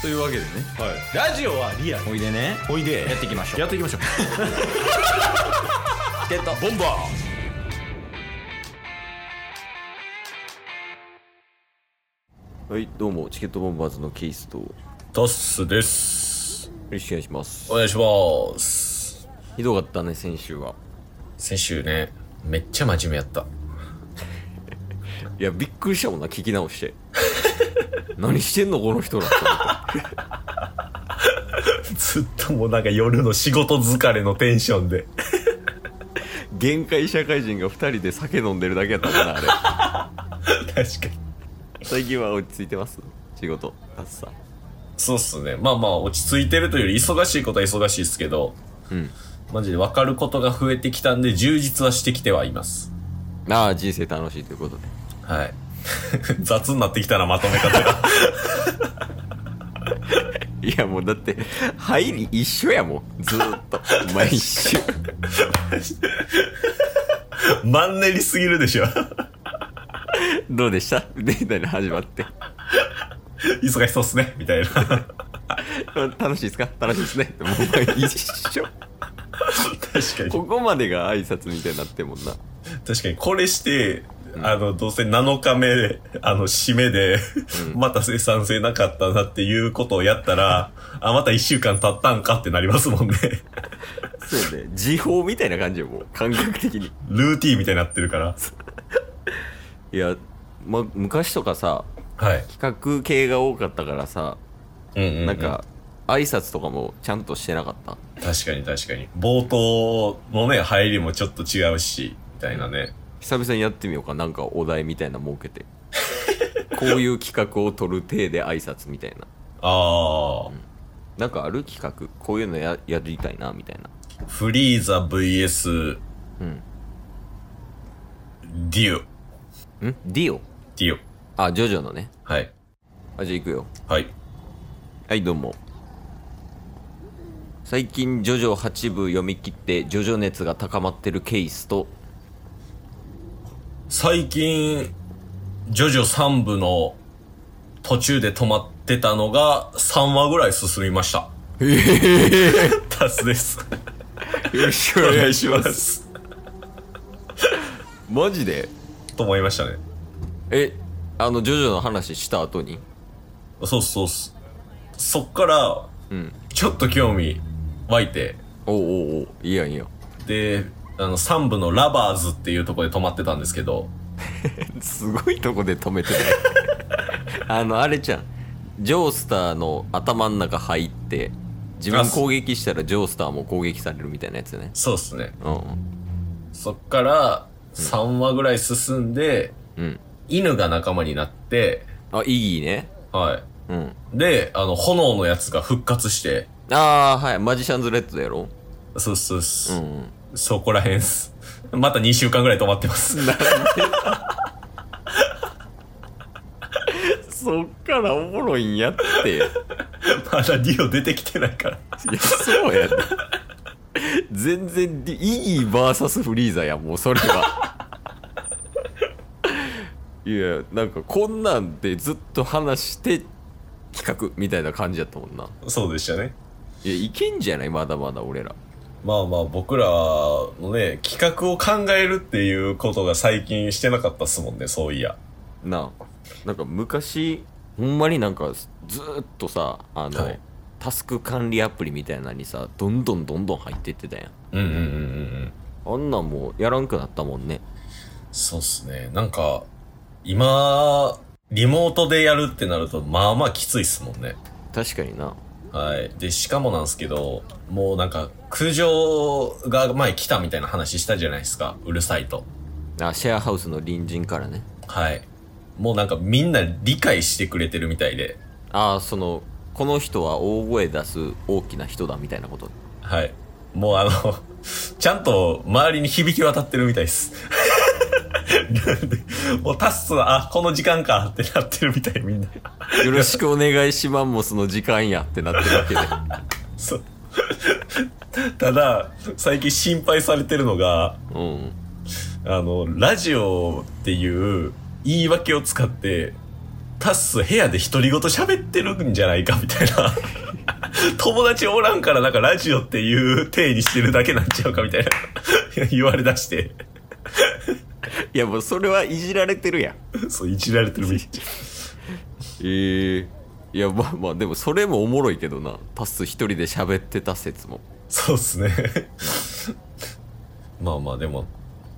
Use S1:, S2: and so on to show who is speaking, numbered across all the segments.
S1: というわけでね
S2: はい、ラジオはリアル
S1: おいでね
S2: おいで
S1: やっていきましょう
S2: やっていきましょう
S1: ってた
S2: ボンバ
S1: はいどうもチケットボンバーズのケイスとよ
S2: ートスです
S1: ろしくお願いします
S2: お願いします
S1: ひどかったね先週は
S2: 先週ねめっちゃ真面目やった
S1: いやびっくりしたもんな聞き直して 何してんのこの人らって思っ
S2: ずっともうなんか夜の仕事疲れのテンションで
S1: て限界社会人が2人で酒飲んでるだけやったから あ
S2: 確かに
S1: れ最近は落ち着いてます仕事あっさ
S2: そうっすねまあまあ落ち着いてるというより忙しいことは忙しいっすけど
S1: うん
S2: マジで分かることが増えてきたんで充実はしてきてはいます
S1: ああ人生楽しいということで
S2: はい 雑になってきたなまとめ方が
S1: いやもうだって入り一緒やもんずー っと毎週
S2: マンネリすぎるでしょ
S1: どうでしたみたいな始まって
S2: 忙しそうっすねみ たいな
S1: 楽しいですか楽しいですねもう毎週
S2: 確かに。
S1: ここまでが挨拶みたいになってんもんな
S2: 確かに、これして、あの、どうせ7日目で、あの、締めで、 また生産性なかったなっていうことをやったら、あ、また1週間経ったんかってなりますもんね。
S1: そうね時報みたいな感じよもう感覚的に
S2: ルーティーンみたいになってるから。
S1: いや、ま、昔とかさ
S2: はい。
S1: 企画系が多かったからさ
S2: うんうん、
S1: なん。か挨拶とかもちゃんとしてなかった
S2: 確かに確かに。冒頭のね、入りもちょっと違うし、みたいなね。
S1: 久々にやってみようかなんかお題みたいなの設け てこういう企画を取る体で挨拶みたいな
S2: あ
S1: なんかある企画こういうのややりたいなみたいな
S2: あ、フリーザ VS、
S1: うん
S2: デュオ。
S1: んディオ
S2: デュオ。
S1: あジョジョのね
S2: はい。
S1: あじゃあ行くよ
S2: はい。
S1: はいどうも最近ジョジョ8部読み切ってジョジョ熱が高まってるケースと
S2: 最近、ジョジョ3部の途中で止まってたのが3話ぐらい進みました。タスです。
S1: よろしく
S2: お願いします。
S1: マジで
S2: と思いましたね。
S1: えあのジョジョの話した後に
S2: そうっすそうっす。そっから、
S1: うん
S2: ちょっと興味湧いて、
S1: おうおうおういいやんいいやん
S2: で、あの、3部のラバーズっていうところで止まってたんですけど、
S1: すごいとこで止めてるあのあれちゃんジョースターの頭ん中入って自分攻撃したらジョースターも攻撃されるみたいなやつね
S2: そうっすね。
S1: うん
S2: そっから3話ぐらい進んで、
S1: うんうん
S2: 犬が仲間になって、
S1: あイギーね
S2: はい。
S1: うん
S2: で、あの、炎のやつが復活して、
S1: ああはいマジシャンズレッドやろ
S2: そうそうそうう、
S1: んうん
S2: そこら辺っす。 また2週間ぐらい止まってます。
S1: そっからおもろいんやっていや
S2: まだディオ出てきてないから。
S1: そうやで全然ディイギー VS フリーザやもうそれはいやなんかこんなんでずっと話して企画みたいな感じやったもんな
S2: そうでしたね。
S1: いやいけんじゃないまだまだ俺ら
S2: まあまあ僕らのね、企画を考えるっていうことが最近してなかったっすもんね、そういや。
S1: なあなんか昔ほんまになんかずーっとさあの、
S2: はい
S1: タスク管理アプリみたいなのにさどんどんどんどん入ってってたやん
S2: うんうんうんうんうん。
S1: あんなんもうやらんくなったもんね
S2: そうっすね。なんか、今、リモートでやるってなると、まあまあきついっすもんね。
S1: 確かにな
S2: はい。で、しかもなんですけど、もうなんか、苦情が前来たみたいな話したじゃないですか。うるさいと。
S1: あシェアハウスの隣人からね
S2: はい。もうなんかみんな理解してくれてるみたいで。
S1: ああそのこの人は大声出す大きな人だみたいなこと
S2: はい。もうあの、 ちゃんと周りに響き渡ってるみたいです。 なんでもうタスは、あ、この時間かってなってるみたいみんな。
S1: よろしくお願いしますもその時間やってなってるわけで
S2: そう。ただ、最近心配されてるのが、
S1: うん
S2: あの、ラジオっていう言い訳を使って、タッス部屋で独り言喋ってるんじゃないかみたいな。 友達おらんからなんかラジオっていう体にしてるだけなんちゃうかみたいな 言われだして。
S1: いやもうそれはいじられてるやん
S2: そう、いじられてるめっちゃ。
S1: ええいやまあまあでもそれもおもろいけどなタス一人で喋ってた説も
S2: そうっすね。 まあまあでも、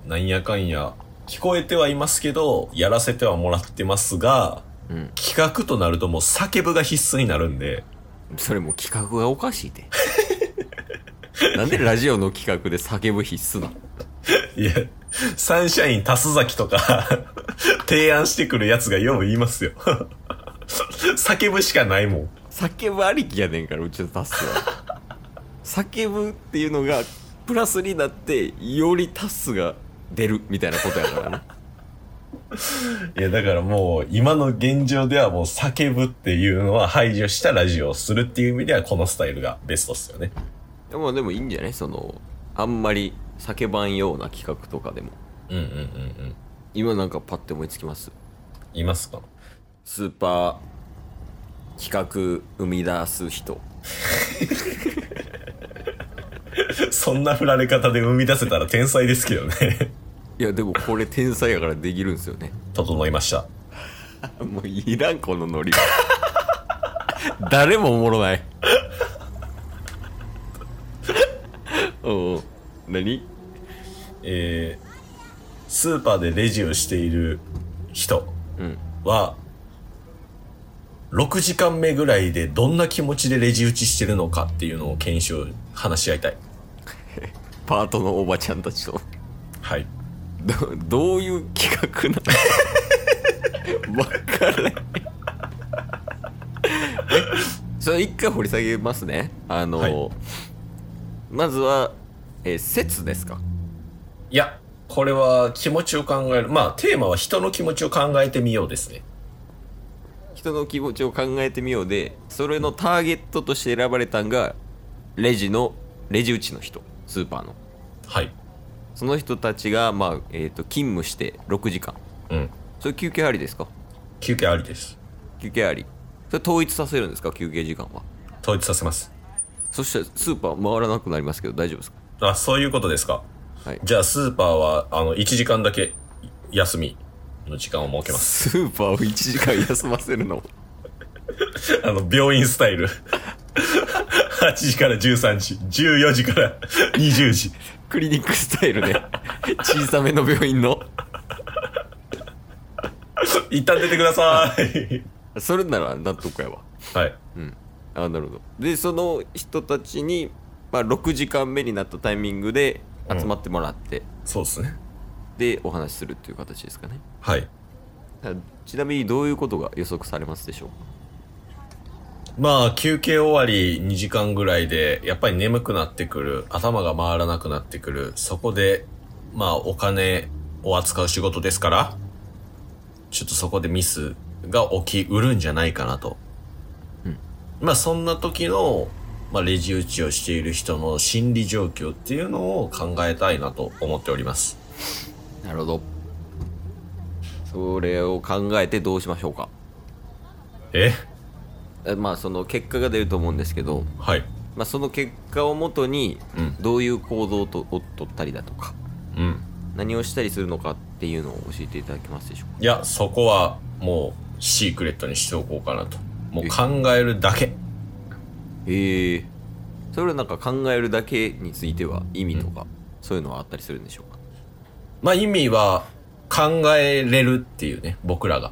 S2: なんやかんや、聞こえてはいますけど、やらせてはもらってますが、
S1: うん
S2: 企画となるともう叫ぶが必須になるんで、
S1: それもう企画がおかしい でなんでラジオの企画で叫ぶ必須ない
S2: や、サンシャイン足す崎とか、 提案してくるやつがよう言いますよ。 叫ぶしかないもん。
S1: 叫ぶありきやねんからうちのタスは 叫ぶっていうのがプラスになってよりタスが出るみたいなことやからない
S2: や、だからもう、今の現状ではもう叫ぶっていうのは排除したラジオをするっていう意味では、このスタイルがベストっすよね。
S1: でもでもいいんじゃないそのあんまり叫ばんような企画とかでも
S2: うんうんうんうん。
S1: 今なんかパッて思いつきます
S2: いますか
S1: スーパー企画生み出す人
S2: そんな振られ方で生み出せたら天才ですけどね。
S1: いやでもこれ天才やからできるんですよね
S2: 整いました。
S1: もういらんこのノリは 誰もおもろないおう何
S2: えー、スーパーでレジをしている人
S1: うん
S2: は、6時間目ぐらいでどんな気持ちでレジ打ちしてるのかっていうのを検証、話し合いたい。
S1: パートのおばちゃんたちと
S2: はい。
S1: どどういう企画なの わからないえそれ一回掘り下げますねあの、
S2: はい
S1: まずは、えー説ですか
S2: いや、これは気持ちを考える。まあ、テーマは人の気持ちを考えてみようですね。
S1: 人の気持ちを考えてみようでそれのターゲットとして選ばれたんがレジのレジ打ちの人スーパーの
S2: はい。
S1: その人たちが、まあえー、と勤務して6時間
S2: うん。
S1: それ休憩ありですか
S2: 休憩ありです。
S1: 休憩ありそれ統一させるんですか休憩時間は
S2: 統一させます。
S1: そしてスーパー回らなくなりますけど大丈夫ですか
S2: あ、そういうことですか。
S1: はい
S2: じゃあ、スーパーは、あの、1時間だけ休みの時間を設けます。
S1: スーパーを1時間休ませるの
S2: あの、病院スタイル。8時から13時、14時から20時。
S1: クリニックスタイル で小さめの病院の
S2: 一旦出てください。
S1: それなら納得やわ
S2: はい。
S1: あなるほどでその人たちに、まあ、6時間目になったタイミングで集まってもらって、
S2: そうですね。
S1: でお話しするっていう形ですかね
S2: はい。
S1: あちなみにどういうことが予測されますでしょうか
S2: まあ、休憩終わり2時間ぐらいで、やっぱり眠くなってくる、頭が回らなくなってくる、そこで、まあ、お金を扱う仕事ですから、ちょっとそこでミスが起きうるんじゃないかなと。
S1: うん
S2: まあ、そんな時の、まあ、レジ打ちをしている人の心理状況っていうのを考えたいなと思っております。
S1: なるほどそれを考えてどうしましょうか
S2: え
S1: えまあその結果が出ると思うんですけど、
S2: はい。
S1: まあ、その結果をもとに
S2: うん
S1: どういう行動とを取ったりだとか
S2: うん。
S1: 何をしたりするのかっていうのを教えていただけますでしょうか
S2: いや、そこはもうシークレットにしておこうかなと。もう考えるだけ。
S1: へえそれはなんか考えるだけについては意味とか、そういうのはあったりするんでしょうか
S2: まあ意味は考えれるっていうね、僕らが。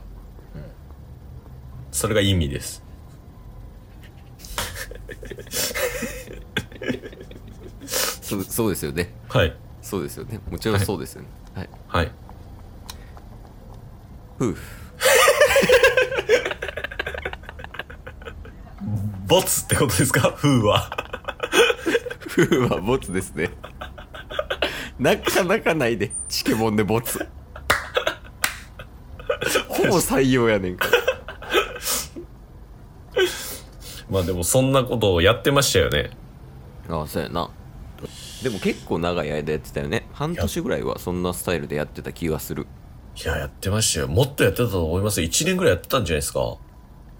S2: それが意味です。
S1: そうそうですよね
S2: はい。
S1: そうですよねもちろんそうですよねはい、
S2: はい。
S1: ふう
S2: ボツってことですか 風は。
S1: ふうはボツですね なかなかないでチケモンでボ ツほぼ採用やねんから
S2: まあでもそんなことをやってましたよね。
S1: ああそうやなでも結構長い間やってたよね半年ぐらいはそんなスタイルでやってた気がする
S2: いや、やってましたよ。もっとやってたと思いますよ。1年ぐらいやってたんじゃないですか。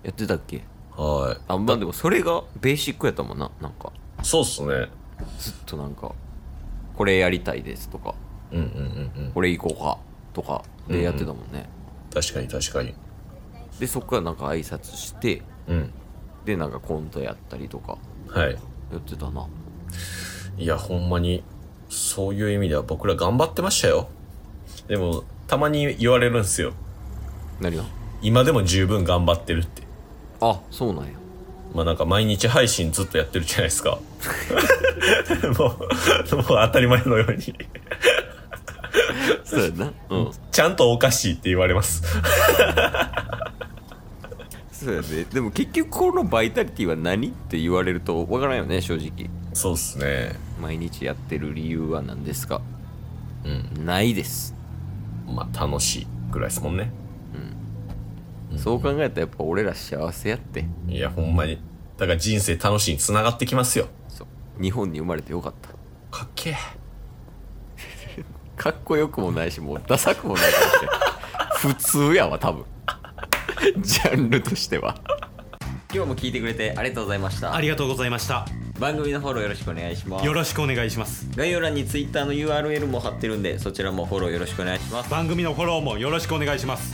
S1: やってたっけ
S2: は
S1: あまあでもそれがベーシックやったもんななんか
S2: い。そうっすね。
S1: ずっとなんかこれやりたいですとか
S2: うんうんうんうん。
S1: これ行こうかとかでやってたもんね、
S2: 確かに確かに。
S1: でそこからなんか挨拶して
S2: うん。
S1: でなんかコントやったりとか
S2: はい。
S1: やってたない
S2: や、ほんまに、そういう意味では僕ら頑張ってましたよ。でも、たまに言われるんですよ。
S1: 何が
S2: 今でも十分頑張ってるって。
S1: あそうなんや
S2: まあなんか毎日配信ずっとやってるじゃないですか。 もう、もう当たり前のように。
S1: そうやなうん
S2: ちゃんとおかしいって言われます。
S1: そうやねでも結局このバイタリティは何って言われるとわからんよね正直
S2: そうっすね。
S1: 毎日やってる理由は何ですか
S2: うん。
S1: ないです
S2: まあ楽しいぐらいですもんね。
S1: そう考えたらやっぱ俺ら幸せやって
S2: いや、ほんまに。だから人生楽しいに繋がってきますよ。
S1: そう日本に生まれてよかった
S2: かっけえ。
S1: かっこよくもないしもうダサくもないからね普通やわ多分ジャンルとしては今日も聞いてくれてありがとうございました
S3: ありがとうございました
S1: 番組のフォローよろしくお願いします
S3: よろしくお願いします
S1: 概要欄に Twitter の URL も貼ってるんでそちらもフォローよろしくお願いします
S3: 番組のフォローもよろしくお願いします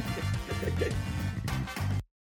S3: す